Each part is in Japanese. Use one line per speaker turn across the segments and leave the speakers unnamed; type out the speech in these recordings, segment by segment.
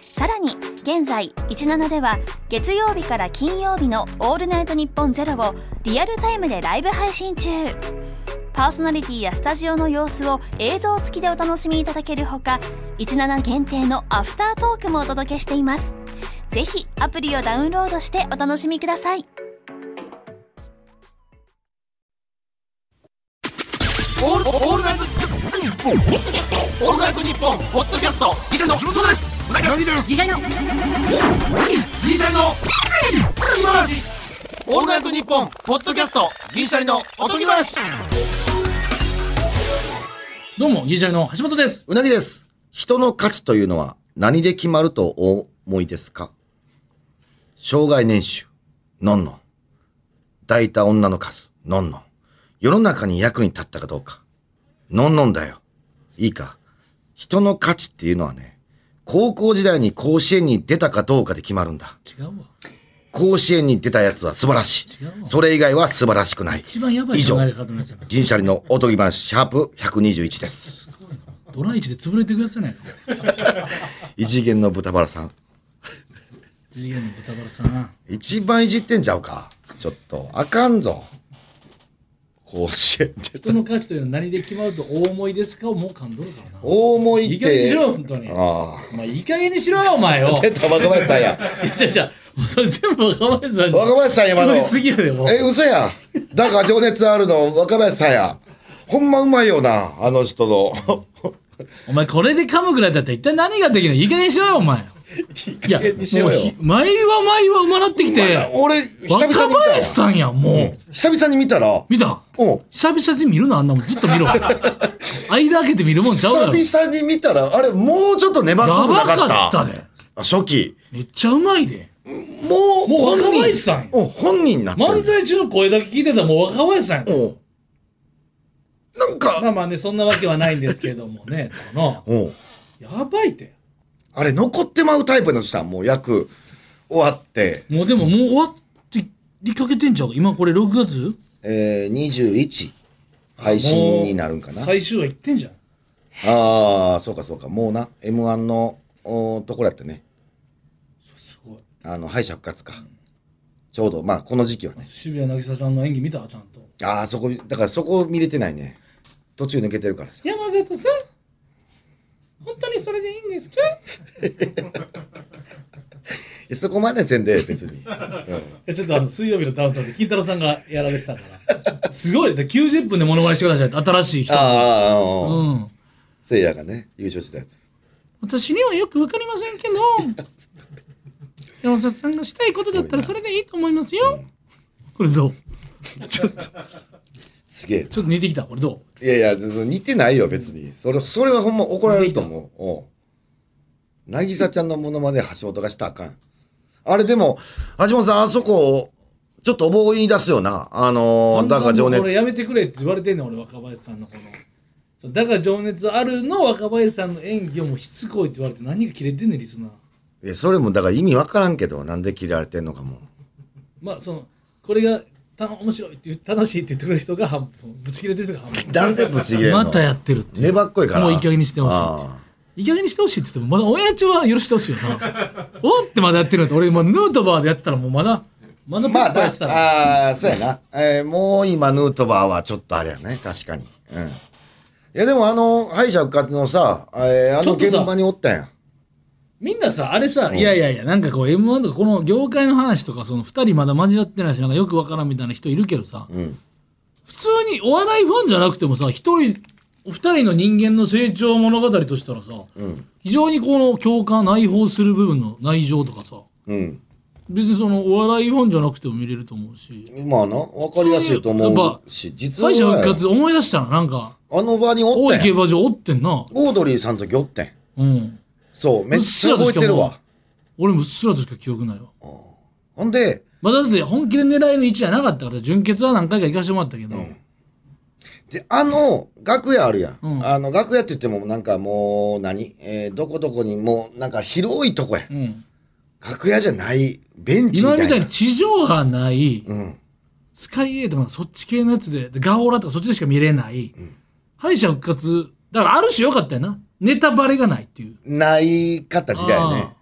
さらに現在17では月曜日から金曜日の「オールナイトニッポンゼロをリアルタイムでライブ配信中パーソナリティやスタジオの様子を映像付きでお楽しみいただけるほか17限定のアフタートークもお届けしていますぜひアプリをダウンロードしてお楽しみください
オールオールナイトニッポンポッドキャストオールナイトニッポンポッドキャストギシャリのそうですうなぎですギシャリのギシャリの今話オールナイトニッポンポッドキャストギシャリのおとぎ話
どうも、ギリシャリの橋本です。
うなぎです人の価値というのは何で決まるとお思いですか障害年収のんのん抱いた女の数のんのん世の中に役に立ったかどうかのんのんだよいいか人の価値っていうのはね高校時代に甲子園に出たかどうかで決まるんだ
違うわ。
甲子園に出たやつは素晴らしい
違うわ
それ以外は素晴らしくない
一番やばい
以上
考え方のやつやから。
銀シャリのおとぎ話シャープ121です
すごいな。ドライチで潰れていくやつじゃないか。
異次元の豚バラさん
異次元の豚バラさん。
一番いじってんちゃうかちょっとあかんぞ甲子園で
人の価値というのは何で決まると大思いですかをもう感動るからな。
大思い
い
っ
い加減に
て
しろよ、本当に。
あ
お前、いい加減にしろよ、お 前を。い
あ出た若林さんや
や、じゃじゃそれ全部若林さんに。
若林さんや今の
取りすぎやで、もう。
え嘘やだから情熱あるの若林さんやほんまうまいよなあの人の
お前、これで噛むぐらいだったら一体何ができるのいい加減にしろよ、お前。いや、も
減にしろ
う
よ
ひ、毎は毎は埋まらってきて、
俺久々に見た
若
わ
林さんやん、もう。
久々に見たら
見た
うん
久々に見るのあんなもんずっと見ろ 間開けて見るもんちゃうやろ
久々に見たらあれもうちょっと粘っ
や
こくな
ば
かった
かったで
あ初期
めっちゃうまいで
もう
もう
本人
若林さんや
うん本人になってる
漫才中の声だけ聞いてたらもう若林さんやん
うんなんか
まあまあねそんなわけはないんですけどもねとか
うん
なやばいって
あれ、残ってまうタイプの人はもう役終わって、
もうでももう終わってりかけてんちゃう今これ6月
えー、21配信になるんかな
もう。最終話いってんじゃん
ああ、そうかそうか。もうな、M1 のおーところやってね。
すごい
あの、敗者復活か。ちょうど、まあ、この時期はね。
渋谷凪咲ちゃんの演技見たちゃんと
ああ、そこ、だからそこ見れてないね。途中抜けてるからさ。
山里さん本当にそれでいいんですか
えそこまでせんで、別 に。
いやちょっとあの水曜日のダウンタウンで金太郎さんがやられて たから。すごい。だから90分でモノマネしてくださいって。新しい人。
ああ、
う
うん
ん。
せいやがね、優勝したやつ。
私にはよくわかりませんけど、山里さんがしたいことだったらそれでいいと思いますよ。これどうちょっと、ちょ
すげえ。
っと似てきた。これど
いやいや、その似てないよ、別に。それ、それはほんま怒られると思う。おうなぎさちゃんのものまで橋本がしたらあかん。あれでも、橋本さん、あそこ、ちょっと思い出すよな。あ
う
のー、だから情
これ
熱。
やめてくれって言われてんねん、俺、若林さんのこの。そうだから情熱あるの若林さんの演技をもうしつこいって言われて何が切れてんねん、リスナー。
いや、それもだから意味わからんけど、なんで切られてんのかも。
まあ、その、これがた面白いって言う、楽しいって言ってくれる人が半分、ぶち切れてる人が半分。
なんでぶち切れんの
またやってるっていう
粘っこいから。
もういい加減にしてほしいって
あ
いい加減にしてほしいって言ってもまだ親父は許してほしいよな おってまだやってるのって俺もうヌートバーでやってたらもうまだまだ
ーまあ、
バッターや
だ
ってたら、
あー、そうやな。えーもう今、ヌートバーはちょっとあれやね、確かに。うん。いや、でもあの、敗者復活のさ、えーあ
ちょ
の
っと
現
さ
場におったやん。
みんなさあれさ、いやいやいやなんかこう m 1とかこの業界の話とかその2人まだ交わってないしなんかよくわからんみたいな人いるけどさ、
ん
普通にお笑いファンじゃなくてもさ1人お二人の人間の成長物語としたらさ、非常にこの共感内包する部分の内情とかさ
うん。
別にそのお笑いファンじゃなくても見れると思うし
まあな、わかりやすいと思うし、実は
敗者復活思い出したらなんか
あの場にお
大
っ
井
た
競
やん。
馬場おってんな
オードリーさんと時おってん。
うん
そう、めっちゃ覚えてる
うっすらとし
わ
か。俺もうっすらとしか記憶ないわ
ほんで、
まだだって本気で狙いの位置じゃなかったから、純潔は何回か行かしてもらったけど、
で、あの、楽屋あるやん。
うん
あの、楽屋って言っても、なんかもう何、えーどこどこに、もう、なんか広いとこや。
うん
楽屋じゃない、ベンチみ
今
たいな。
みたいに地上波ない、
うん。ス
スカイエイとかそっち系のやつで、でガオラとかそっちでしか見れない、敗者復活、だからある種良かったよな。ネタバレがないっていう。
ない形だよ
あ
ね
あ。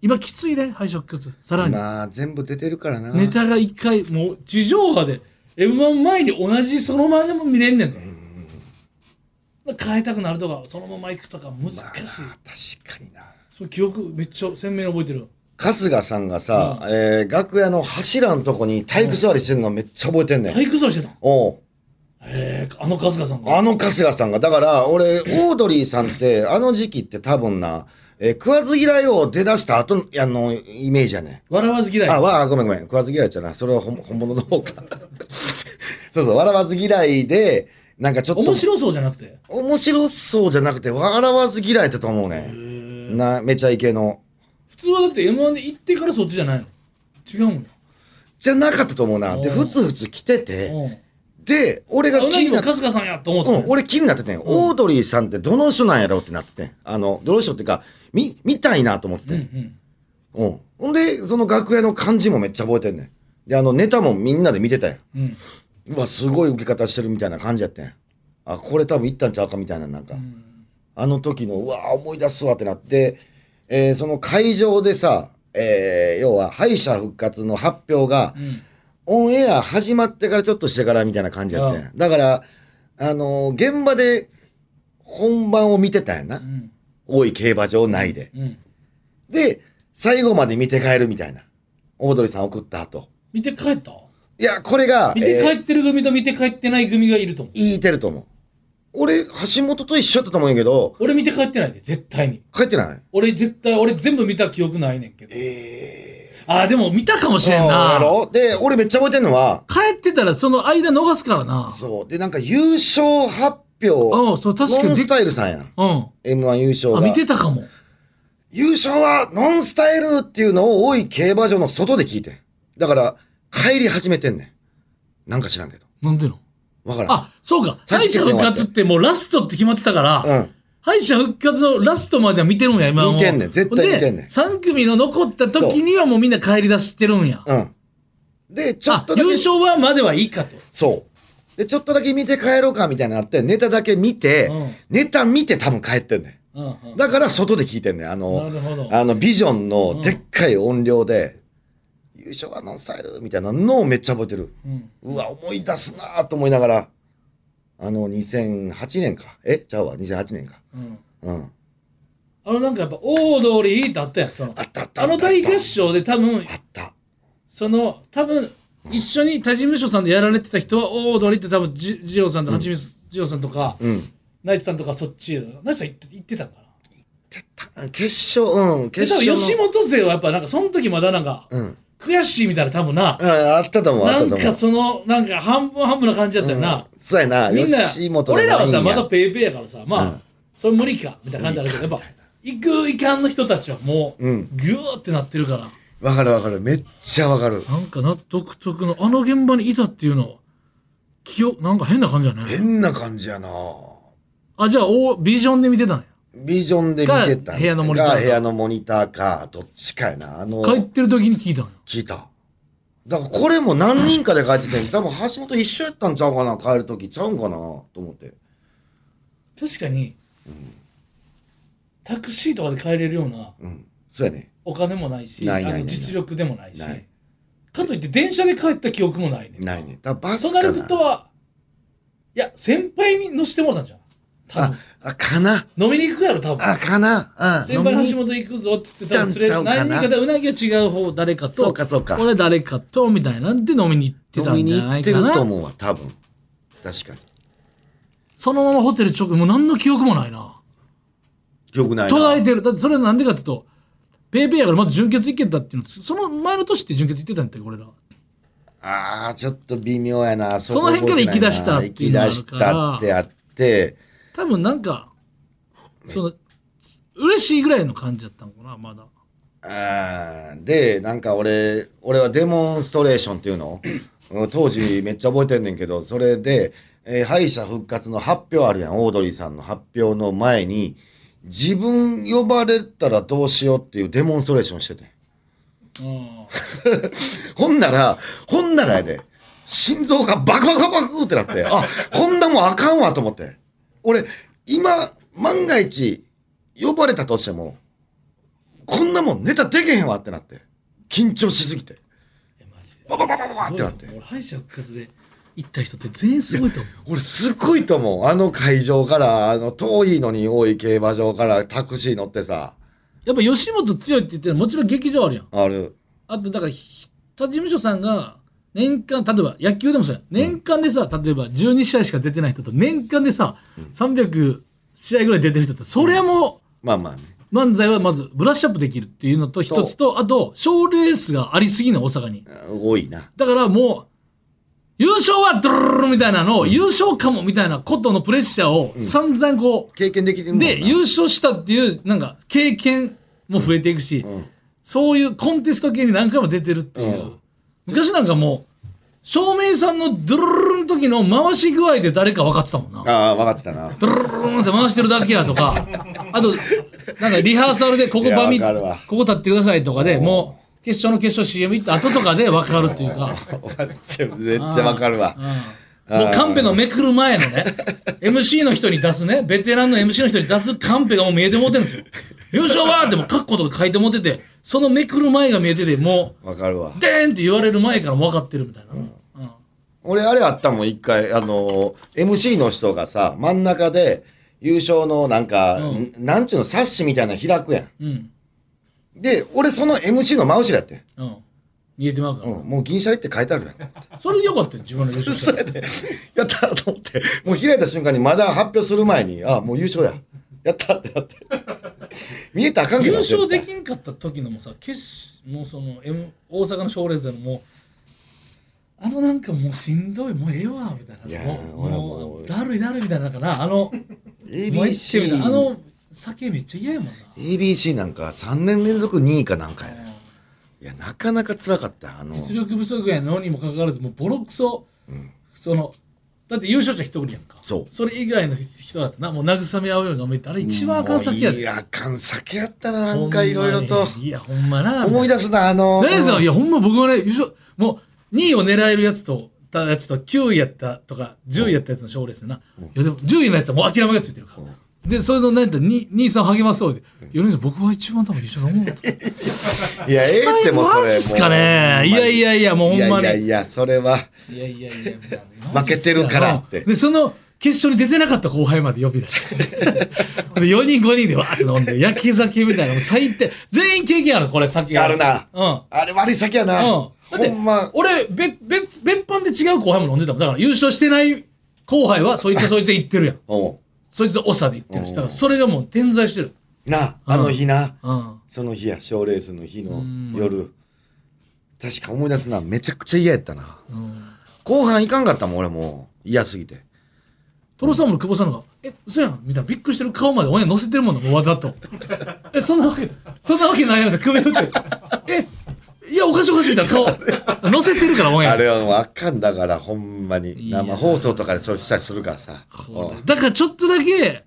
今きついね、敗者復活。さらに。
まあ、全部出てるからな。
ネタが一回、もう地上波で、M1 前に同じそのままでも見れんねんね。変えたくなるとか、そのまま行くとか難しい。
まあ確かにな。
その記憶めっちゃ鮮明に覚えてる。
春日さんがさ、えー楽屋の柱のとこに体育座りしてるのめっちゃ覚えてんねん。
体育座りしてたの
おう
へえ、あの春日さんが。
あの春日さんが、だから俺、オードリーさんって、あの時期って多分な、えー食わず嫌いを出だした後の、あの、イメージやね
笑わず嫌い。
ん。あ、わあ、ごめんごめん。食わず嫌いじゃない。それは本本物の方か。 そうそう、笑わず嫌いで、なんかちょっと、
面白そうじゃなくて。
面白そうじゃなくて、笑わず嫌いだと思うね。な、めちゃイケの。
普通はだって M1 で行ってからそっちじゃないの。違うんや。
じゃなかったと思うな。で、
おう
ふつふつ来てて、
うん。
で、俺が
あう
気
なぎ
にな
の
って、
春日さんやと思
う
っ
ん、
て。
俺気になってて、ん、オードリーさんってどの人なんやろうってなっててん。あの、どの人っていうか、み、見たいなと思ってて。
うんうんん。
うん。ほんで、その楽屋の感じもめっちゃ覚えてんねん。で、あの、ネタもみんなで見てたよ。
うん。
うわ、すごい受け方してるみたいな感じやってん。あ、これ多分いったんちゃうかみたいな、なんか。あの時の、うわ、思い出すわってなって、えーその会場でさ、えー要は敗者復活の発表が、
ん
オンエア始まってからちょっとしてからみたいな感じやってん。だから、あのー現場で本番を見てたんやな。
うん。
大井競馬場内で。
うん。
で、最後まで見て帰るみたいな。オードリーさん送った後。
見て帰った
いや、これが、
見
え
て
ー
帰ってる組と見て帰ってない組がいると思う。
言いてると思う。俺、橋本と一緒だったと思うんやけど、
俺見て帰ってないで、絶対に。
帰ってない
俺絶対、俺全部見た記憶ないねんけど。あー、でも見たかもしれん
や
な。
ろで、俺めっちゃ覚えてんのは、
帰ってたらその間逃すからな。
そう。で、なんか優勝発表、
う
ノ
ん、そう、確か
ン
に
ス
で。
タイルさんやん。
うん。
M1 優勝
あ、
が。
見てたかも。
優勝はノンスタイルっていうのを多い競馬場の外で聞いてん。だから、帰り始めてんねん。なんか知らんけど。
なんでの
わからん。
あ、そうか。
最
敗
終
者
決戦
復活ってもうラストって決まってたから、
うん
敗者復活のラストまでは見てるんや、今はもう
見てんねん絶対見てんねん
で3組の残った時にはもうみんな帰り出してるんや。
うん。で、ちょっ
あ
と、だけ。
優勝はまではいいかと。
そう。で、ちょっとだけ見て帰ろうかみたいになって、ネタだけ見て、
うん
ネタ見て多分帰ってんねん。
うんうん。
だから外で聞いてんねんあの
なるほど
あのビジョンのでっかい音量で、優勝はノンスタイルみたいなのをめっちゃ覚えてる、うわ思い出すなぁと思いながらあの2008年かえちゃうわ2008年か
うん
うん
あのなんかやっぱ、オードリーってあったやん。その
あったあった
あの大合唱で多分
あ、った
その、多分、一緒に他事務所さんでやられてた人は、オードリーって多分、じ二郎さんとはちみつ二郎さんとか、
うん
ナイツさんとかそっちやなナイツさん行って行ってたんかな。
た決勝うん
で
決
多分
勝の
吉本勢はやっぱなんかその時まだなんか
うん
悔しいみたいな多分な、
ああったと思うあった
な
と
ん
思う
かそのなんか半分半分な感じだったよな、
そうやな
みんな
吉本
俺らはさ
のライ
ま
ンや
だペイペイやからさまあ、それ無理かみたいな感じだけどやっぱ行く行かんの人たちはもう、
うん
ぐーってなってるから
わかるわかるめっちゃわかる
なんかな独特のあの現場にいたっていうのは気をなんか変な感じだね
変な感じやな
あじゃあおビジョンで見てたんや
ビジョンで見てた
か部屋のモニターか
が部屋のモニターか、どっちかやな。あの、
帰ってる時に聞いたんや
聞いた。だからこれも何人かで帰ってて、多分橋本一緒やったんちゃうかな、帰るときちゃうんかな、と思って。
確かに、タクシーとかで帰れるような
うん。そうやね。
お金もないし
ないないない
あの実力でもないし
ない。
かといって電車で帰った記憶もないね
ないね。だからバス
と
か
な
な。
るとはいや先輩に乗せてもらったんじゃん多
あ
分、
あ、かな。
飲みに行くやろ多分
あ、かな。うん。
先輩
飲みに
橋本行くぞって言っ
行ったんち
て多分
ゃう
連れ
かな
何人かでうなぎは違う方誰かと
そうかそうか
俺誰かとみたいなんで飲みに行ってた
飲み
ん
に
じゃ
行
な
っ
い
て
か
る
な
と思うわ、多分。確かに。
そのままホテル直もう何の記憶もないな
記憶ない
途絶え
な。
てるだってそれなんでかっていうとペイペイやからまず純潔行けたっていうのその前の年って純潔行ってたんだって俺ら
ああ、ちょっと微妙やな。そ
その辺から行き出した
行
ってい
き
うの
出
がある
し
から
たってあって、
多分なんかその嬉しいぐらいの感じだったのかなまだ
あーで、なんか俺、俺はデモンストレーションっていうのうん当時めっちゃ覚えてんねんけど、それで、えー敗者復活の発表あるやん、オードリーさんの発表の前に、自分呼ばれたらどうしようっていうデモンストレーションしててん。
うん
ほんなら、ほんならやで、心臓がバクバクバクバクってなって、あ、こんなもんあかんわと思って。俺、今、万が一、呼ばれたとしても、こんなもんネタでけへんわってなって。緊張しすぎて。
いやマジで
ババババババってなって
すごいと思う。俺敗者復活で行った人って全員すごいと思う
俺、すごいと思う。あの会場から、あの、遠いのに多い競馬場からタクシー乗ってさ、
やっぱ吉本強いって言ってるのはもちろん劇場あるやん
ある。
あとだからひ他事務所さんが年間例えば野球でもそうや年間でさ、例えば12試合しか出てない人と年間でさ、300試合ぐらい出てる人ってそれはも
まあまあね。
う漫才はまずブラッシュアップできるっていうのと一つとあと賞ーレースがありすぎない大阪に
多いな。
だからもう優勝はドゥルルルルみたいなのを、優勝かもみたいなことのプレッシャーを散々こう、
経験できてるもんな
で、優勝したっていう、なんか、経験も増えていくし、そういうコンテスト系に何回も出てるっていう。
うん
昔なんかもう、照明さんのドゥルルルンの時の回し具合で誰か分かってたもんな。
ああ、分かってたな。
ドゥルルルルンって回してるだけや とか、あと、なんかリハーサルでここバミ、
いやわかる
こ
わ
こ立ってくださいとかで、もう、決勝の決勝 CM 行った後とかで分かるっていうか、
めっちゃ分かるわ。
もうカンペのめくる前の ね、MC の人に出すね、ベテランの MC の人に出すカンペがもう見えてもうてるんですよ。優勝はってもう書くことが書いてもうてて、そのめくる前が見えてて、も
わかるわ
う、。でーんって言われる前からもう分かってるみたいな。
俺、あれあったもん、一回、あのー、MC の人がさ、真ん中で、優勝のなんか、んなんちゅうの、冊子みたいなの開くやん。
うん。
で、俺、その MC の真後ろやって。
うん。見えてまうから。
うん、もう銀シャリって書いてあ るやん。
それでよかったよ、自分の優勝し
それで、 やったーと思って、もう開いた瞬間に、まだ発表する前に、あ、もう優勝や。やったーって なって。見えたらあかん
た。
け
優
ど。
勝で
絶
きんかった時のもさ、決勝、もうその、M、大阪の賞レースでのもう、あのなんかもうしんどい、もうええわ、みたいな。
いやー
もう、
俺は
も
も
う
う
だるいだるいみたいな、だから、あの、
対。
もう一周みたい
ABC、
なあの酒めっちゃ嫌やもんな
ABC なんか3年連続2位かなんかやね。いや、なかなか辛かった。あの、
実力不足やのにもかかわらずもうボロクソ、そのだって優勝者一人やんか
そう
れ以外の人だとなもう慰め合うように思ってあれ一番あかん先や
い
で
や、あかん先やったな、なんかいろいろと
ほん。まにいやほんまな
思い出すな、あの。
何ですよ
うん
いやほんま僕はね優勝もう2位を狙えるやつとたやつと9位やったとか10位やったやつの賞レースでな、いやでも10位のやつはもう諦めがついてるから、でそれの何やったらに兄さん励まそうで「米津さん僕は一番多分優勝だと思うんだ」
いや、ええってもうそれ。
マジっすかね
もう
いやいやいやもうほんま
いやい
に
やいや、それは。
いやいやいや、
負けてるからって
で、その決勝に出てなかった後輩まで呼び出して。で、4人5人でわーって飲んで、焼き酒みたいな、もう最低。全員経験ある、これ、酒
あるな
うん。うん。
あれ悪い先やな。ほ
だって、
んま。
俺、べ、べ、別班で違う後輩も飲んでたもん。だから優勝してない後輩は、そいつはそいつで行ってるやん。
おう
そいつは長で行ってるし、だからそれがもう点在してる。
な、あの日な。
うん。
その日や、賞レースの日の夜。確か思い出すな、めちゃくちゃ嫌やったな。後半いかんかったもん、俺もう。嫌すぎて。
トロサーモンの久保さんが「え嘘やん」みたいなびっくりしてる顔までオンエア乗せてるもんなもうわざと「えそんなわけそんなわけないやん」って首振って「えいやおかしいおかしい」みたいな顔乗せてるからオンエ
あ
ア
れはもうあかんだから、ほんまに。
や
生放送とかでそれしたりするからさ。うん
だからちょっとだけ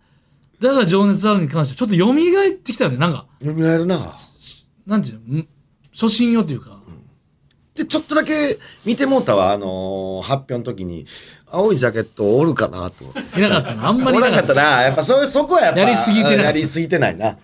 だから情熱あるに関してちょっと蘇ってきたよねなんか
よみがえるな。
なんていうのん初心よというか、
で、ちょっとだけ見てもうたわ、あのー発表の時に、青いジャケットおるかなと。
いなかったなあんまり
お
い
ら
なん
か
かっ
ったたな。やっぱそういう、そこはやっぱ。
やりすぎてない
うんやりすぎてないな。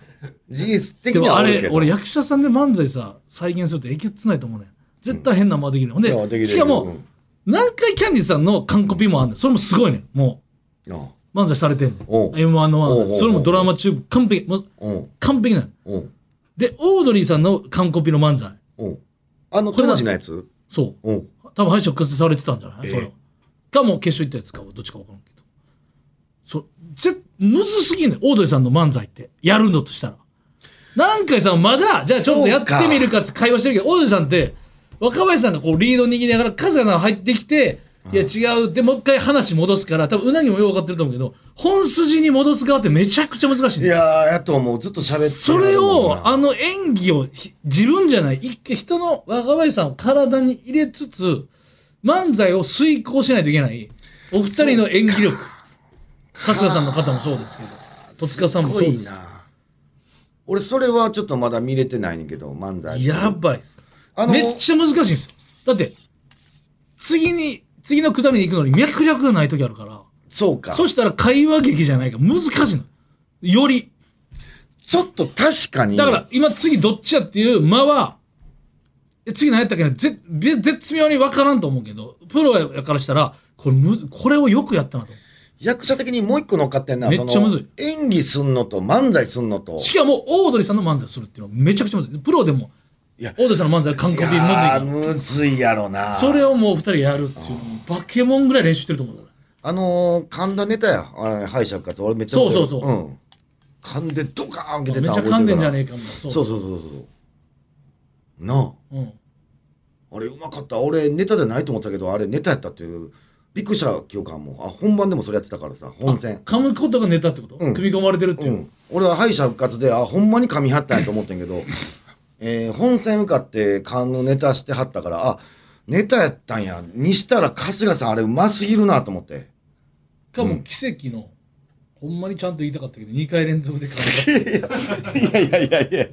事実的
で
に
も
は
あ
おるけ
れ
ど。
俺役者さんで漫才さ再現するとえげつないと思うねん絶対変な間できるほんで
いやできる
しかも、
うん
何回キャンディーさんの完コピもあんねんそれもすごいねんもう
うん
漫才されてんねん。
おう
M1 の
おうお
漫
うお
才。
う
それもドラマチューブ、完璧、もう
うん。
完璧なの。
うん。
で、オードリーさんの完コピの漫才。
うん。あの、
これだ
当時のやつ
そう。
うん。
多分敗者復活されてたんじゃない、それかもう決勝行ったやつか、どっちか分からんけど。そう。ぜむずすぎんねん。オードリーさんの漫才って。やるのとしたら。何回さ、まだ、じゃあちょっとやってみるかって会話してるけど、オードリーさんって、若林さんがこうリード握りながら、春日さんが入ってきて、いや違う、で、もう一回話戻すから、多分うなぎもよう分かってると思うけど、本筋に戻す側ってめちゃくちゃ難しいん
い
ですよ
やー、やっともうずっと喋ってる
それを、あ
の、
の演技をひ自分じゃない、一人の若林さんを体に入れつつ、漫才を遂行しないといけない、お二人の演技力。春日さんの方もそうですけど、戸塚さんもそうです
ごいな。俺、それはちょっとまだ見れてないねんけど、漫才。
やばいっす。
あの
めっちゃ難しいんですよ。だって、次に、次のくだりに行くのに脈略がない時あるから、
そうか。
そしたら会話劇じゃないから難しいの。より。
ちょっと確かに。
だから、今次どっちやっていう間は、え次何やったっけな、ぜぜ絶妙に分からんと思うけど、プロやからしたら、これむ、これをよくやったなと。
役者的にもう一個乗っかってんな。
めっちゃ
その
むずい
演技すんのと漫才すんのと。
しかも、オードリーさんの漫才をするっていうのはめちゃくちゃむずい。プロでも、オ
いや
ードリーさんの漫才は完コピむずい
や
か
ー
ら。
むずいやろな。
それをもう二人やるっていう、バケモンぐらい練習してると思うから。
あのー、噛んだネタや。あれ敗者復活。俺めっちゃ思ってる
そうそうそ
うん。噛んでドカーン受け
めってち
たの覚えて
ゃ
る
噛んでんじゃ
から
ねえかも。そ
そうそうそうそう。なあ。
うん。
あれうまかった。俺ネタじゃないと思ったけど、あれネタやったっていう。びっくりした記憶はもう。あ、本番でもそれやってたからさ、本戦。
噛むことがネタってこと、
うん
組み込まれてるっていうう。
ん。俺は敗者復活で、あ、ほんまに噛みはったんやと思ってんけど、 えー本戦受かって噛のネタしてはったから、あ、ネタやったんや。にしたら春日さんあれうますぎるなと思って。
かも奇跡の、ほんまにちゃんと言いたかったけど、2回連続で噛ん だ。
いやいやいやいや。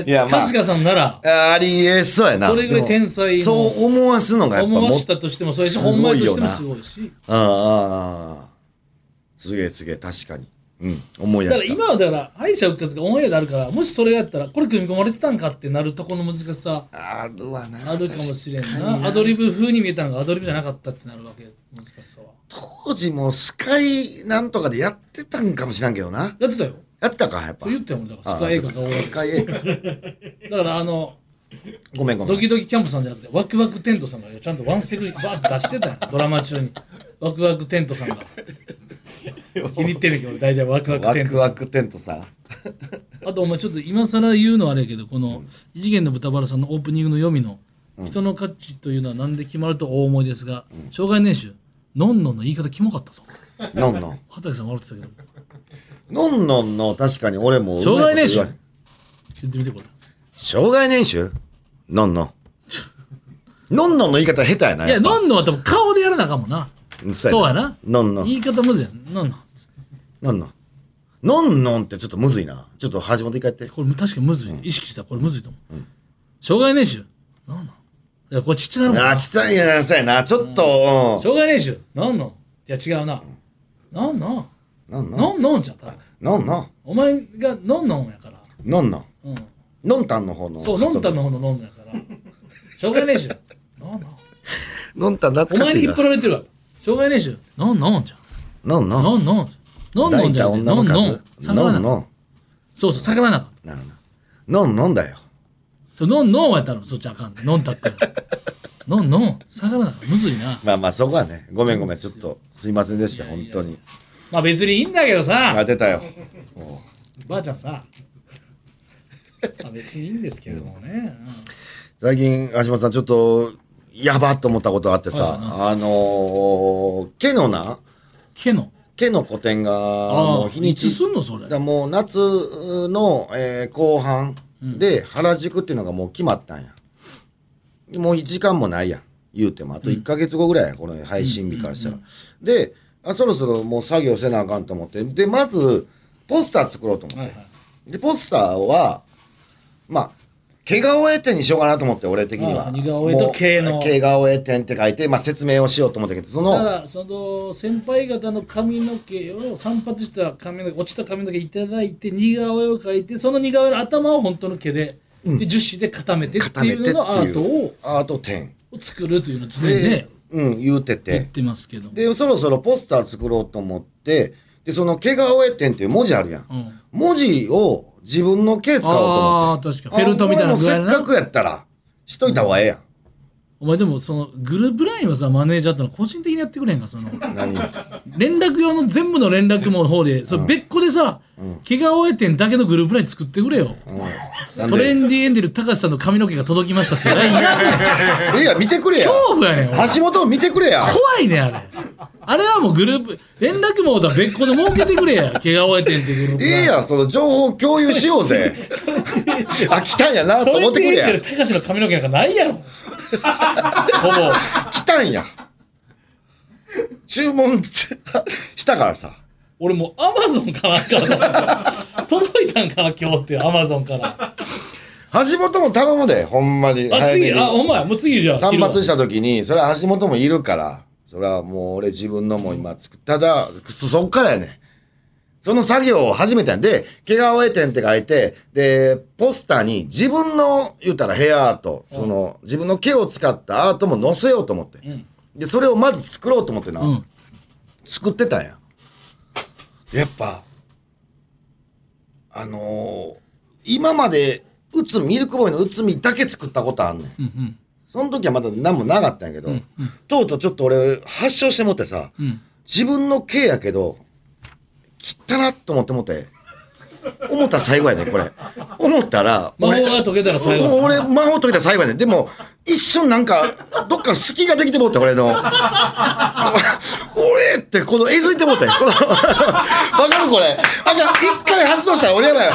い
いや
や、
まあ
春日さんなら、
ありえそうやな。
それぐらい天才の
でもそう思わすのがやっぱ
思
も
わ
っ
したとしてもそうやし、
す
ほんま
ご
に
い
とし
よ
ても
な
すごいし。
ああああああ。すげえすげえ、確かに。うん、思い
だ
出
か
し
ら
た。
今はだから、敗者復活がオンエアであるから、もしそれやったら、これ組み込まれてたんかってなるとこの難しさ、
あるわな。
あるかもしれん
確かに
な。アドリブ風に見えたのがアドリブじゃなかったってなるわけ、難しさは。
当時もスカイなんとかでやってたんかもしれんけどな。
やってたよ。
やってたか、やっぱ
そう。言ったよ、俺だか
あ
ら、
あ
スカイ映画が終わ
スカイ映画
る。だから、あの、
ごめんごめ
ド
ん。
キドキキャンプさんじゃなくて、ワクワクテントさんがちゃんとワンセグバーって出してたよ、ドラマ中に。ワクワクテント さんが。気に入ってるけど、大体ワクワク
ワ
テン
ク
トさ
ワ
ん。
クテントさん。
あと、お前ちょっと今更言うのはあれやけど、この、異次元の豚バラさんのオープニングの読みの、人の価値というのは何で決まると大思いですが、障害年収、のんのんの言い方キモかったぞ。
のんのん。
畑さん笑ってたけど、
のんのんの、確かに俺もうまいこと
障
言わ
害
ん。
年収言ってみてこれ。
障害年収のんのん。のんのんの言い方下手やな。
いや、
っぱ
のんのんは多分顔でやらなあかんもんな。
うん
そうやな。
のんのん
言。い方むずいやん。のんのん。
のんのん。のんのんってちょっとむずいな。ちょっと橋本一回やって。
これ確かにむずい、意識したらこれむずいと思う、障害年収なんなんいやこれちっちゃなのか
あ
な
あ、ちっちゃいやな、そうやな。ちょっと、
障害年収なんなんいや違うな、なんなん
うん。のんのん。
のんのんじゃった
のんのん。
お前がのんのんやから
のんのん。
うん
のんたんの方の。
そうのんたんの方ののんのんやから障害年 収なんなん
のんたん
お
懐か
前に
しい
引
な
っ張。られてるわ障害年収なんなんじゃ
のんのん。
なんなんじゃのんの
抱
ん
い
じ
た
ゃなくて
女
の
の
ん
数
のん
の
逆らなん
の
かった
ん
そうそう逆らなかった
なるほどのんのんだよ
そうのんのんはやったらそっちあかんのん たったらのんのん逆らなかったむずいな
まあまあそこはねごめんごめんちょっとすいませんでした本当に
まあ別にいいんだけどさ
当てたよ
ばあちゃんさ、まあ、別にいいんですけれどもね、
最近橋本さんちょっとやばっと思ったことあって
は
さ
いなんす
あのー毛のな
けの
毛の個展が
あ
も
あ
う日に
い
ち
つすんのそれ
だからもう夏の、えー後半で原宿っていうのがもう決まったんや、もう時間もないやん言うてもあと1か月後ぐらいやこの配信日からしたら、であそろそろもう作業せなあかんと思ってでまずポスター作ろうと思って、
はいはい
でポスターはまあ毛顔絵展にしようかなと思って俺的に
ああ
は
似顔絵と毛の
もう毛顔絵展って書いて、まあ、説明をしようと思ったけどそ
た
の
だその先輩方の髪の毛を散髪した髪の毛落ちた髪の毛いただいて似顔絵を描いてその似顔絵の頭を本当の毛で,、で樹脂で固めてって
固め
い
てっていう
うののアートを
アート展
作るというのを常に
で
ね、
うん、言うてて
言ってますけど
で、そろそろポスター作ろうと思って、で、その、毛顔絵点っていう文字あるやん。
うん、
文字を自分の毛使おうと思
あ
っ
あ
て。
確かフェルトみたいな
あ
具合
お前も
の
せっか
な
くやったら、しといた方がええやん。
お前でもそのグループラインはさマネージャーってのは個人的にやってくれへんかその
何
連絡用の全部の連絡網の方で、それ別個でさ、毛が終えてんだけのグループライン作ってくれよ。
なん
トレ
で。
ンディエンデル高橋さんの髪の毛が届きましたってラインやんね
え
ん
えやん、見てくれや。
恐怖やねん。俺
橋本を見てくれや。
怖いねんあれ。あれはもうグループ、連絡網とは別個で儲けてくれや。毛が終えてんってグループ
ええやん、その情報共有しようぜ。あ、来たんやなと
ト
思ってくれや。
高橋の髪の毛なんかないやろ。ほぼ。
来たんや。注文 したからさ。
俺もうアマゾンかなんかな届いたんかな今日ってアマゾンから
橋本も頼むで、ほんまに。
あ
早め
次
に
あほんまやもう次じゃあ
散
昼
髪し
は
た時に、それは橋本もいるから、それはもう俺自分のも今作っただ、そそっからやねん。その作業を始めたんで、毛が終えてんって書いて、で、ポスターに自分の、言うたらヘアアート、その、自分の毛を使ったアートも載せようと思って。
ん
で、それをまず作ろうと思ってな、
うん
作ってたんや。でやっぱ、あのー今まで、うつミルクボーイのうつみだけ作ったことあんねん。
うんうん
その時はまだ何もなかったんやけど、とうとうちょっと俺、発症してもってさ、
ん
自分の毛やけど、汚なと思ってもって、思ったら最後やねこれ。思ったら、
魔
俺
法が解けたら最後
俺、魔法解いたら最後やねでも、一瞬なんか、どっか隙ができてもって、俺の。 俺って、この、えずいてもって。この わかるこれ。あかん、一回発動したら俺やばい。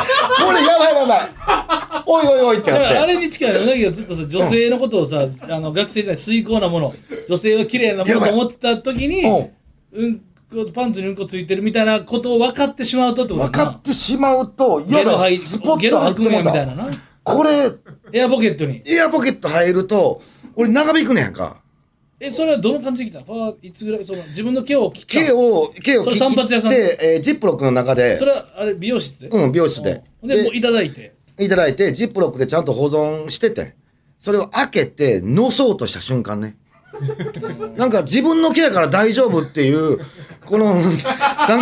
これやばいやばいやばい。おいおいおいって
だ
なっ
か
て
らあ。れに近いのだけどずっとさ女性のことをさ、あの学生時代崇高なもの女性は綺麗なも
や
の
ばい
と思ってた時に
うん
うんこパンツにうんこついてるみたいなことを分かってしまうとってこと
分
だ
か
な
ってしまうと、
ゲ
嫌
ロ
だ
吐い
スポッ
ゲ
ト
ロ
入っ
吐
て
くん
も
や
う
みたいな
た。
な
これ、
エアポケットに
エアポケット入ると、俺長引くねやんか。
えそれはどの感じで来たのファーいつぐらいその自分の毛を切った
毛
の
を、毛を
それ
切
散髪屋
っ
さん
て、えージップロックの中で
そ、れはあれ美容室で、
うん、美容室で。
うんでもういただいて
いただいて、ジップロックでちゃんと保存してて、それを開けて、のそうとした瞬間 ね。なんか自分の毛やから大丈夫っていう、この、 なん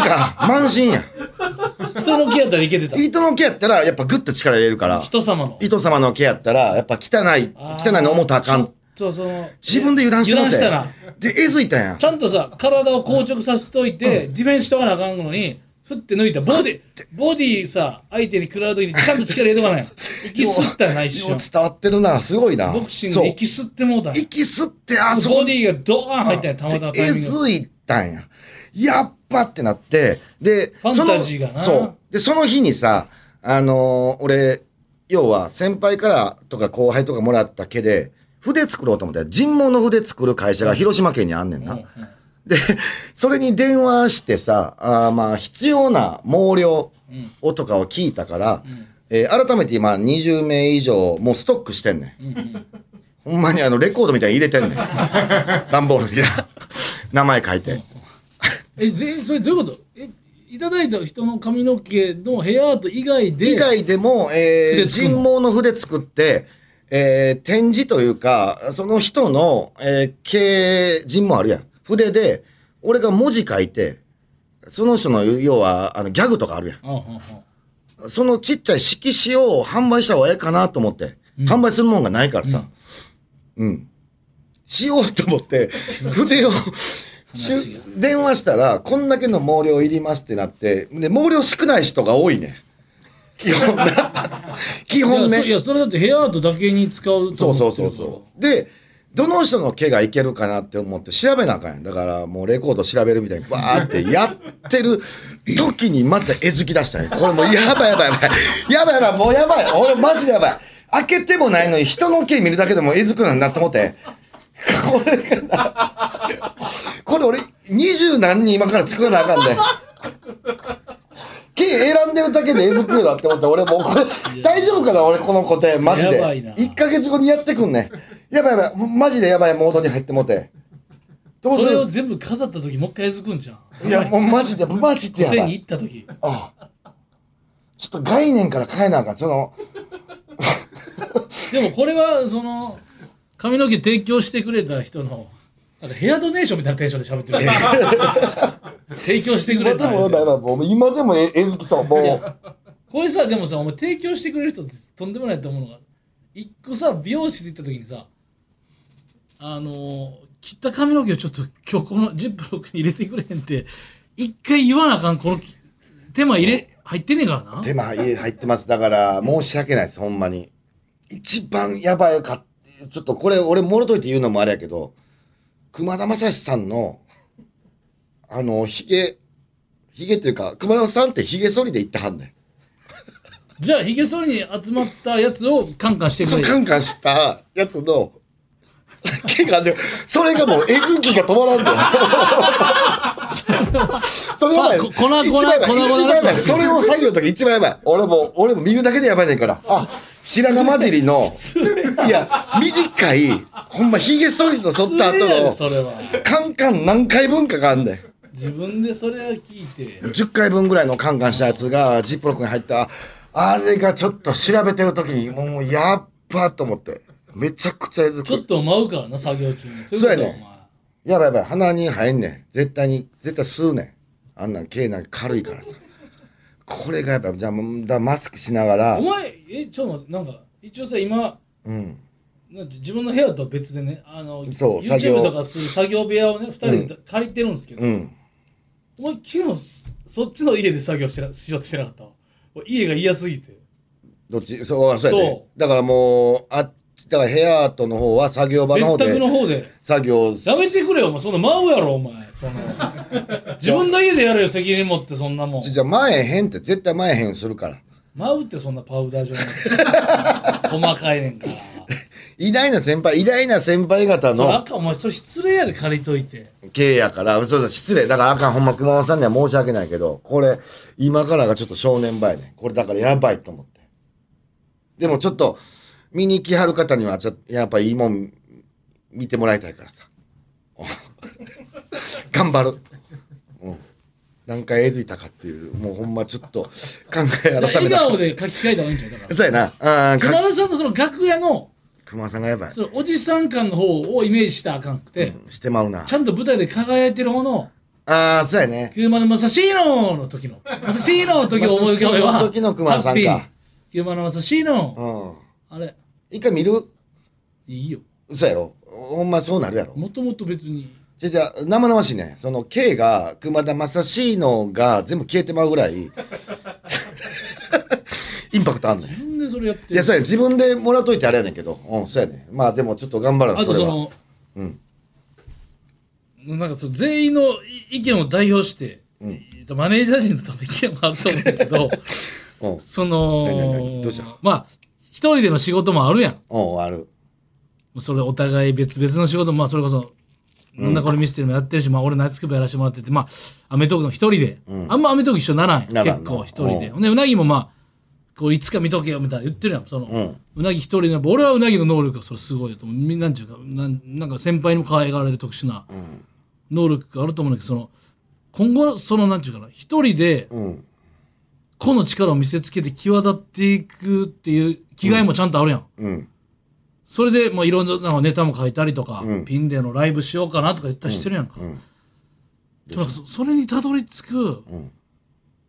か、慢心や。
人の毛やったらいけてた
人の毛やったら、やっぱグッと力入れるから、
人様の
人様の毛やったら、やっぱ汚い、汚いの思ったらあか
ちょ
ん
っ。とその
自分で油断してもうて
油断したな
で、えずいたんや
ち。ゃんとさ体を硬直させといて、ディフェンスしとかなあかんのにふって抜いたボディボディさ相手に食らう時にちゃんと力入れとかない息吸ったよな一
よ
瞬
う伝わってるな、すごいな。
ボクシングで息吸ってもうたん
そう
や
息吸って、あそこ
ボディがドーン入ったんやたまたま
で
タ
え
イミングが
ずいたんや。やっぱってなって、で、
ファンタジーがな
そのそう。で、その日にさ、あのー俺、要は先輩からとか後輩とかもらった毛で、筆作ろうと思って、人毛の筆作る会社が広島県にあんねんな。
うんうん
で、それに電話してさ、あーまあ、必要な毛量をとかを聞いたから、えー改めて今20名以上もうストックしてんねん。ほんまにあの、レコードみたいに入れてんねん。 段ボールにな名前書いて。
え全員それどういうことえいただいた人の髪の毛のヘアアート以外で
以外でも、えー
筆作ん
人
の
毛の筆作って、えー展示というか、その人の、えー経営人毛あるやん。筆で、俺が文字書いて、その人の、要は、あの、ギャグとかあるやん。
うんうんうん
そのちっちゃい色紙を販売した方がええかなと思って、販売するもんがないからさ、うん。しようと思って、筆を、し電話したら、こんだけの毛量いりますってなって、で、毛量少ない人が多いね。基本 な基
いや
本
そい
ね。
やそれだってヘアアートだけに使うと
そう
思
そ
っ
う
て
そ
る
うそう。で、どの人の毛がいけるかなって思って調べなあかんやん。だからもうレコード調べるみたいにバーってやってる時にまた絵付き出したんやこれもうやばいやばいやばい。やばいやばい、もうやばい。俺マジでやばい。開けてもないのに人の毛見るだけでも絵付くようになって思って。これがなこれ俺二十何人今から作らなあかんで、毛選んでるだけで絵付くようになって思って、俺もうこれ大丈夫かな俺この個展マジで。
やばいな
一ヶ月後にやってくんね。やばいやばい、マジでやばいモードに入ってもうて。どうす
それを
る
全部飾った時もう一回絵づくんじゃん
いや、もうマジで、マジで
個
やば
展に
い。
行った時
あちょっと概念から変えなあかん。その、
でもこれはその髪の毛提供してくれた人のなんかヘアドネーションみたいなテンションで喋ってる提供してく
今
れ
で
た
もやばいやばい、もう今でも絵絵付きそう。もう、
これさでもさお前提供してくれる人ってとんでもないと思うのが一個さ美容室行った時にさあのー切った髪の毛をちょっと今日このジップロックに入れてくれへんって一回言わなあかんこのき手間入れ入ってんねえからな
手間家入ってます。だから、申し訳ないです、ほんまに。一番やばいか、ちょっとこれ、俺、もろといて言うのもあれやけど、熊田正史さんのあの、ひげ、ひげというか、熊山さんってひげ剃りで行ってはんね
じゃあ、ヒゲ剃りに集まったやつをカンカンして
ん。
く
そう、
れ
カンカンしたやつの、毛がね、それがもう絵好きが止まらん のよ。それやばい。
ここ粉
一番やばい
粉粉
一番やばい。それを作業の時一番やばい。俺も、俺も見るだけでやばいねんから。あ、白髪混じり の、いや、短い、ほんまひげ剃りの剃った後
失礼やろ
の、
それは。
カンカン何回分かがあんねん。
自分でそれは聞いて。
10回分ぐらいのカンカンしたやつがジップロックに入ったあれがちょっと調べてる時にもうやっばと思ってめちゃくちゃえず
ちょっ
く
と舞うからな、作業中に。とい
そうや
ことは
ねやばいやばい鼻に入んねん絶対に絶対吸うねんあんなん毛なんか軽いからさこれがやっぱじゃあもうだマスクしながら
お前、お前え、ちょっと待って、なんか、一応さ、今、
うん
なんて自分の部屋とは別でね、あの、
そう作
YouTube
業
とかする作業部屋をね、二人で借りてるんですけど、
うん
お前、昨日、そっちの家で作業しなしようとしてなかったわ俺家が嫌すぎて。
どっちそうそうや
そ
ねだからもうあっちだから部屋との方は作業場の方
別宅
で
の方で。
作業す
やめてくれよ、お前。そんな舞うやろ、お前。 その自分の家でやれよ、責任持って、そんなもん。
じゃあ前へんって絶対前へんするから
舞うってそんなパウダー状の。細かいねんから。
偉大な先輩偉大な先輩方
それ
の
あかんお前、それ失礼やで、借りといて。
経営やから、そうそう、失礼。だからあかん、ほんま、熊本さんには申し訳ないけど、これ、今からがちょっと正念場やね。これだからやばいと思って。でもちょっと、見に来はる方には、ちょっと、やっぱいいもん、見てもらいたいからさ。 頑張る。うん。何回えずいたかっていう、もうほんまちょっと、考え改めた。
笑顔で書き換えた方がいいんじゃん。だから。
そうやな。うん、
熊
か
田さんのその楽屋の、
熊本さんがやばい。
そのおじさん感の方をイメージしたらあかんくて、
してまうな
ち。ゃんと舞台で輝いてる方の、
ああ、そうやね。
熊野正シーの時の、正シーの時を思い浮かべは、
正の時の熊田さんか
ハッピー。熊野正シー
う
の、
ん。
あれ、
一回見る
いいよ。
そうやろほんまそうなるやろ
もともと別に。
じゃじゃ生々しいねその K が熊田正史のが全部消えてまうぐら いインパクトあんねん
自分でそれやって
いやそうやね自分でもらっといてあれやねんけどうんそうやねまあでもちょっと頑張らな
あ
そ
と
れ
そ
は
の、
うん
なんかその全員の意見を代表して、マネージャー陣の多分意見もあると思うんだ けど
うん
その
何何何どうした
まあ一人での仕事もあるやん
うんある
それお互い別々の仕事もまあそれこそ「なんだこれ見せてる」もやってるし、まあ、俺夏ク部やらせてもらっててまあアメトークの一人で、あんまアメトーク一緒にならん
な
や
らん
ん結
な
構一人でほんでうなぎもまあこういつか見とけよみたいな言ってるやんその、うんなぎ一人で俺はうなぎの能力がそれすごいよと思うみんなんちゅうかなんなんか先輩にも可愛がられる特殊な能力があると思うんだけどその今後そのなんちゅうかな一人で
うん
個の力を見せつけて際立っていくっていう気概もちゃんとあるやん
うん
それで、まあ、いろんなネタも書いたりとか、ピンでのライブしようかなとか言ったりしてるやんか。でもなんかそそれにたどり着く、
ん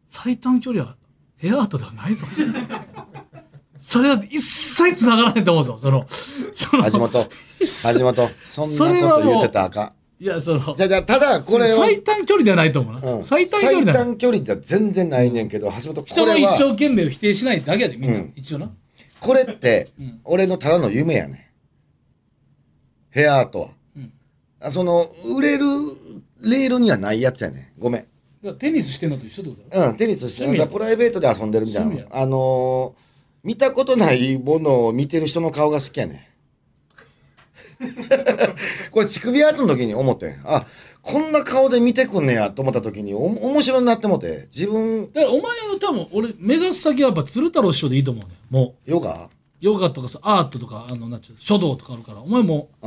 最短距離はヘアアートではないぞ。 それは一切繋がらないと思うぞ。その、その、
橋 本橋本そんなこと言ってたらあか
いや、その
んじ、ゃじゃただこれは
最短距離ではないと思うな。
うん
最短距離
最
だよ。
短距離では全然ないねんけど橋本こ
人の
れ
一生
は
懸命を否定しないだけやで、みんな。
うん
一応な。
これって俺のただの夢やねんヘアアートは、
うん
あその売れるレールにはないやつやねんごめん
だからテニスしてんのと一緒ってことだろ。
うんテニスして
趣味
な
や
んかプライベートで遊んでるみたい
趣
な
味
あのー見たことないものを見てる人の顔が好きや ねんこれ乳首アートの時に思ってんあこんな顔で見てくんねやと思った時にお面白になってもて自分
だからお前の多分、俺、目指す先はやっぱ鶴太郎師匠でいいと思うね。もう。
ヨガ
ヨガとかさアートとかあのなんちゅう書道とかあるからお前も
あ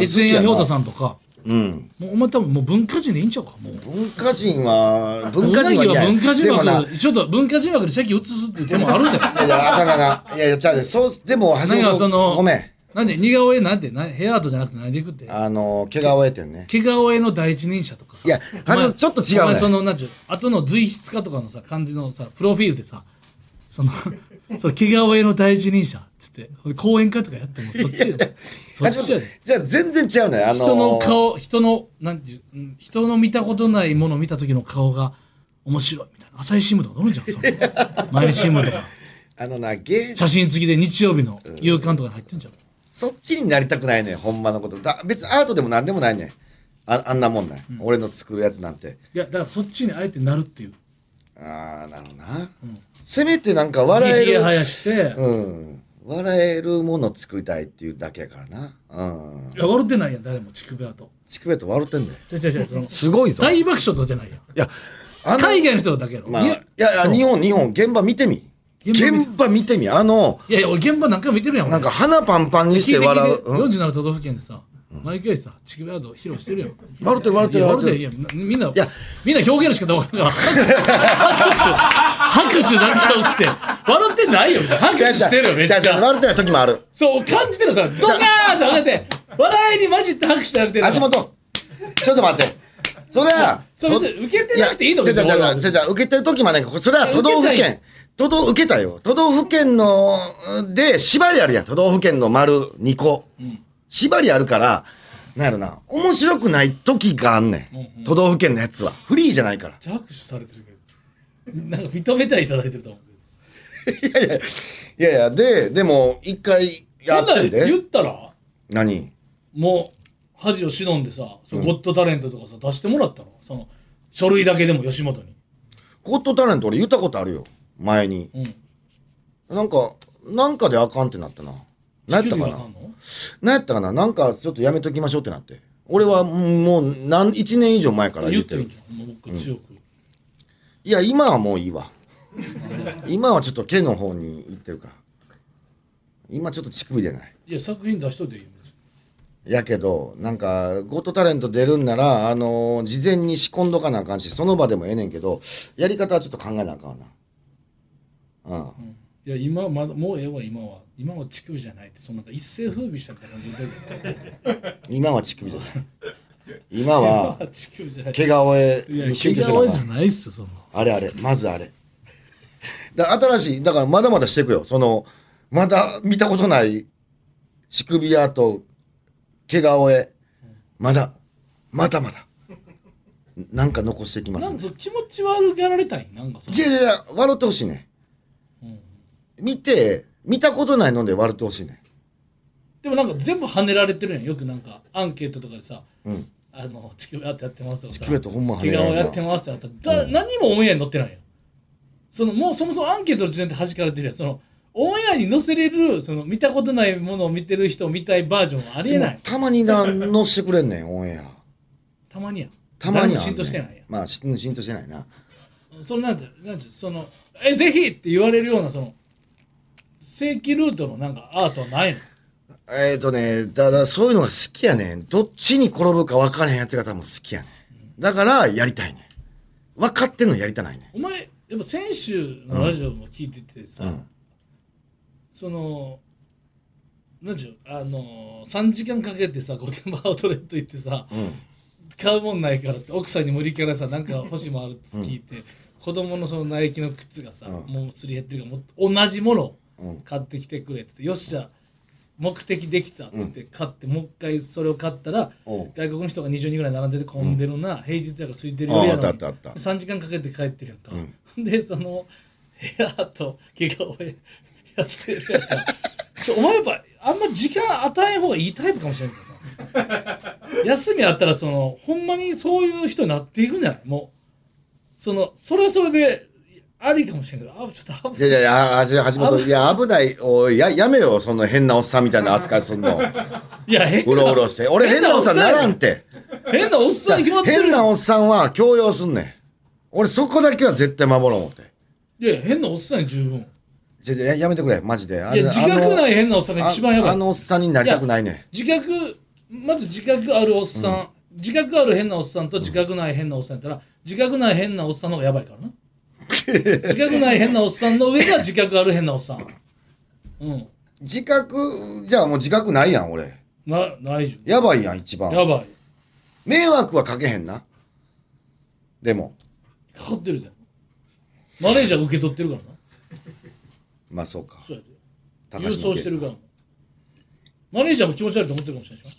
ー
越前
好
屋
き
氷
な
太さんとか
うん
もうお前多分もう文化人でいいんちゃうかもう
文化人は文化人は
うなぎ
嫌
は
や
文化人
でもな
枠ちょっと文化人枠で席移すっていう手もあるんだよ
いやい やあかんあかんいやいやじゃあそうでも橋
何
本
がその
ごめん
なんで似顔絵なんてなヘアアートじゃなくて何でいくって
あの怪我を得てんね
毛顔絵の第一人者とかさ
いや
お前
橋本ちょっと違うね
お前そのなんちゅう後の随筆家とかのさ漢字のさプロフィールでさそ のその毛顔絵の第一人者っつって講演会とかやってもそっちよそ
橋
っちや
本
で
じゃあ全然違うねあの
人の顔人のなんていううん人の見たことないものを見た時の顔が面白いみたいな朝日新聞とか載るじゃんその毎日新聞と か
あのな芸
写真付きで日曜日の夕刊とかに入ってんじゃん
そっちになりたくないねんほんまのことだ別にアートでも何でもないねんああんなもんない、俺の作るやつなんて
いやだからそっちにあえてなるっていう
ああなるほどな、せめてなんか笑え
ひげ
る
生やして、
うん笑えるもの作りたいっていうだけやからなうん
いや笑ってないやん誰も乳首だと
乳首やと笑ってんだよ
違う違う違うその
すごいぞ
大爆笑とかじゃないやん
いやあの
海外の人だけやろ、
まあ、
い
い
や
やいや日本日本現場見てみ
現場見て
現場見てみあの
いやいや俺現場何回も見てるやん俺
なんか鼻パンパンにし
聞い
て
て
笑う、うん、
聞いて47都道府県でさ、毎回さ、チキベアード披露してるやん。
笑ってる笑ってる
いや
笑ってる
いや、なみんな、
や
みんな表現の仕方分からんから。拍手、拍手だけが起きて、笑ってないよ。拍手してるよ、めっちゃ。
じゃあ笑ってない時もある
そう、感じてるさ、ドカーンって上げて、笑いに混じって拍手じゃなくて、
足元ちょっと待ってそれは
そう別に受けてなくていいの
やじゃあじゃあじゃあ
別に
じゃあじゃあ受けてる時までそれは都道府
受けた
県都道受けたよ都道府県ので縛りあるやん都道府県の丸2個、縛りあるからなんやろな面白くない時があんねん、都道府県のやつはフリーじゃないから
めっちゃ拍手されてるけど。なんか認めてはいただいてると思うけど。
いやいやいやいやででも一回やっ
ほんな
て
ら
ん
言っ
で
たら、
何
もう恥を忍んでさ、そのゴッドタレントとかさ、出してもらったのその書類だけでも吉本に。
ゴッドタレント俺言ったことあるよ前に
うん。
なんかなんかであかんってなったな何やったか
乳首が
な
あんの
何やったかななんかちょっとやめときましょうってなって俺はもう何1年以上前から
言
言っ
ってて
る
るんじゃん。もう僕強く。
いや今はもういいわ今はちょっと毛の方に行ってるから今ちょっと乳首出ない
いや、作品出しといていいよ。別に
やけどなんかゴッドタレント出るんならあのー事前に仕込んどかなあかんしその場でもええねんけどやり方はちょっと考えなあかんなうん
いや、今はまだ、もうええわ、今は。今は地球じゃないって、そのなんか一世風靡したみたいな感じで言ってるけど。
今は乳首じゃない今
今
は
は地球じゃない。
毛皮へ
いや、
に集中す
毛
る
皮じゃないっすよ、その。
あれあれまずあれだ新しいだからまだまだしていくよそのまだ見たことない乳首やと毛皮へまだまだまだなんか残していきます
なん
ね
かその気持ち悪がられたい。なんかその
違う違う違う笑ってほしいね、
うん
見て見たことないので笑ってほしいね
でもなんか全部跳ねられてるやん。よくなんかアンケートとかでさ、
うん
あの、地球やってやってますとかさ。
チキュベットほんま跳
怪
ねられ
我
る
を
な
やってますってなったら、だ何もオンエアに載ってないよそのもうそもそもアンケートの時点で弾かれてるやんそのオンエアに載せれるその見たことないものを見てる人を見たいバージョンはありえな
で
い
もたまになのしてくれんね んオンエア
たまにや
たまにはあん
誰も
ねん
浸透してないや
まあし浸透してないなん
そのなんてなんてそのえぜひって言われるようなその正規ルートのなんかアートはないの
えっ、ー、とねだだそういうのが好きやねんどっちに転ぶか分からへんやつが多分好きやねんだからやりたいねん分かってんのやりたないね
お前やっぱ先週のラジオも聞いててさ、
んうん
そのなんていうのあの3時間かけてさ御殿場アウトレット行ってさ、
うん
買うもんないからって奥さんに無理からさなんか欲しいもんあるって聞いて、子供のそのナイキの靴がさ、
うん
もうすり減ってるからもう同じものを
うん
買ってきてくれって言ってよっしゃ目的できたっつって買って、もう一回それを買ったら、
おう
外国の人が20人ぐらい並んでて混んでるな、平日だから空いてる
あ
よ
あ
や
あっ
の
たあ
に
ったあった
3時間かけて帰ってるやんか、 でその部屋と怪我をやってるやんかちょお前やっぱあんま時間与えん方がいいタイプかもしれないんですよ休みあったらそのほんまにそういう人になっていくんじゃないもうそのそれはそれでありかもしれんけどあちょっと危
いやいやいやあじゃあ橋本いや危ないおいややめよその変なおっさんみたいな扱いすんの
いや変
うろうろして俺変なおっさんならん
ん
って
変なおっさんに決まってる
変なおっさんは強要すんねん俺そこだけは絶対守ろう思って
いや変なおっさんに十分
じゃじゃやめてくれマジであ
いや自覚ない変なおっさんが一番やば
あ
い
のおっさんになりたくないね
自覚まず自覚あるおっさん、自覚ある変なおっさんと自覚ない変なおっさんやったら自覚ない変なおっさんの方がやばいか らな自覚ない変なおっさんの上が自覚ある変なおっさんうん
自覚じゃあもう自覚ないやん俺
な大丈
やばいやん一
夫
番
やばい
迷惑はかけへんなでも
かかってるでマネージャーが受け取ってるからな
まあそうか
そうやで
高橋
郵送して
の
るからもマネージャーも気持ち悪いと思ってるかもしれないでしょ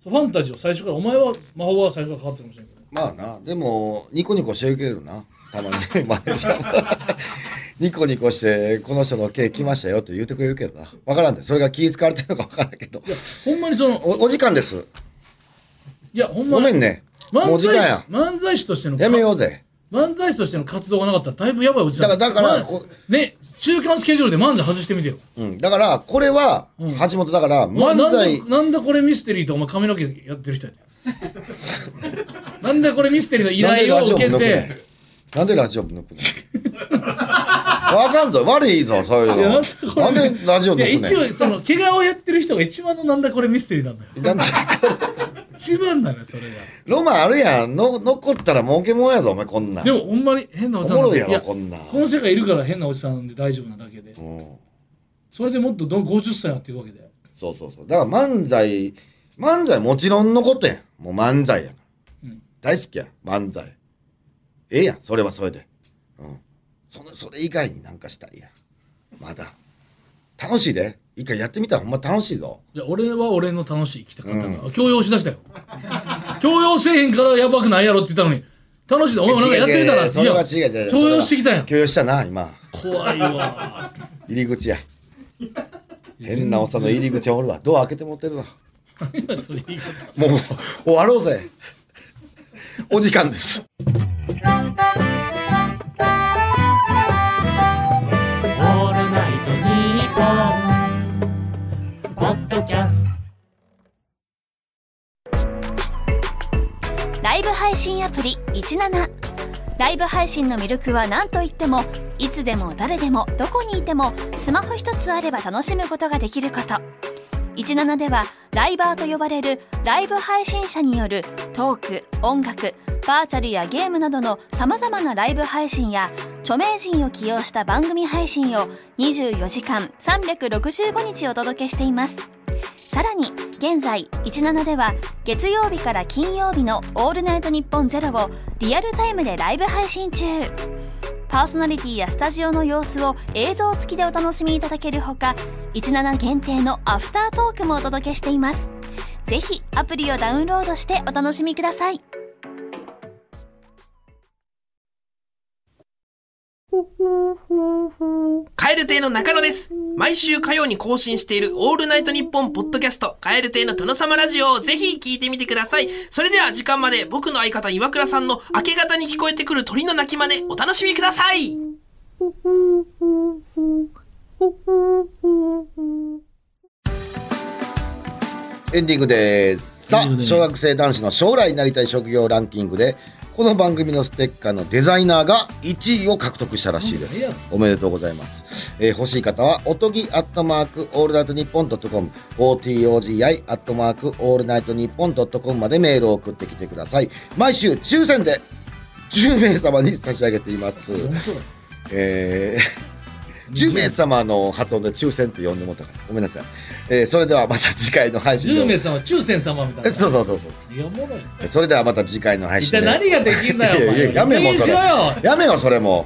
ファンタジーを最初からお前は魔法は最初からかかってるかもしれないけど
まあなでもニコニコしてるけどなたまに マネージャーもニコニコしてこの人の毛来ましたよって言ってくれるけどなわからんでそれが気使われてるのかわからんけど
ほんまにその
おお時間です
いいや、ほんま
ごめんね。もう
漫
時
時間
間
や
や。
漫才師としての
やめようぜ。
漫才師としての活動がなかったらだいぶやばいうちだ
だからだから
まあ
こ
ね中間スケジュールで漫才外してみてよ
うん。だから、これは、橋本だから、
お前
漫才
なんだなんだこれミステリーとお前髪の毛やってる人やでなん だこれミステリーの依
なんで
頼
ラジ
を
オ部
受け
抜く
て
のなんでラジオ部抜くのわかんぞ。悪いぞ、そういうの。
や
なんでラジオ
いや
抜く
一
ね
応その怪我をやってる人が一番のなんだこれミステリーなんだよ
んなんで
一番なのよそれが
ロマンあるやん。の残ったら儲けもんやぞ、お前こんなん。
でもほんまに変なおじさん
おもろいやろ
や
こんなん
この世界いるから変なおじさんで大丈夫なだけで
うん
それでもっとどん50歳になっていくわけで
そうそうそう。だから漫才、漫才もちろんのことやん。もう漫才やから。
うん
大好きや、漫才。ええやん、それはそれで。うん。その、それ以外になんかしたいやん。まだ。楽しいで。一回やってみたらほんま楽しいぞ。
いや俺は俺の楽しい生きた方が、強要しだしたよ強要せえへんからやばくないやろって言ったのに楽しいでお前もなんかやってみたら
違う違うそれは違う違う違う。
強要してきたやん
強要したな、今。
怖い わ
入り口や。変なおっさんの入り口おるわ。ドア開けて持ってるわ。
何やそれ言い方
もう、終わろうぜ。お時間です。
オールナイトニッポン」ポッドキャスト
ライブ配信アプリ17ライブ配信の魅力は何といってもいつでも誰でもどこにいてもスマホ一つあれば楽しむことができること17ではライバーと呼ばれるライブ配信者によるトーク音楽バーチャルやゲームなどのさまざまなライブ配信や著名人を起用した番組配信を24時間365日お届けしていますさらに現在17では月曜日から金曜日の「オールナイトニッポンゼロをリアルタイムでライブ配信中パーソナリティやスタジオの様子を映像付きでお楽しみいただけるほか17限定のアフタートークもお届けしていますぜひアプリをダウンロードしてお楽しみください
蛙亭の中野です。毎週火曜に更新しているオールナイトニッポンポッドキャスト、蛙亭の殿様ラジオをぜひ聞いてみてください。それでは時間まで僕の相方岩倉さんの明け方に聞こえてくる鳥の鳴き真似、お楽しみください。
エンディングです。
エ
さあ、
ンディングです
小学生男子の将来になりたい職業ランキングで、この番組のステッカーのデザイナーが1位を獲得したらしいで
なんでや
す
ろ。
おめでとうございます。えー欲しい方は、おとぎアットマークオールナイトニッポンドットコム、OTOGI アットマークオールナイトニッポンドットコムまでメールを送ってきてください。毎週抽選で10名様に差し上げています。えー10名様の発音で抽選って呼んでもらったからごめんなさい、えーそれではまた次回の配信で
10名様抽選様みたい
え
な
そうそうそうそう
いやおもろい
それではまた次回の配
一
信
体
で
何ができんだよお
いや
前
いややめよ
いい
そ
し
れ
ろよ
やめよそれも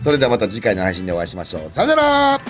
うそれではまた次回の配信でお会いしましょうさよなら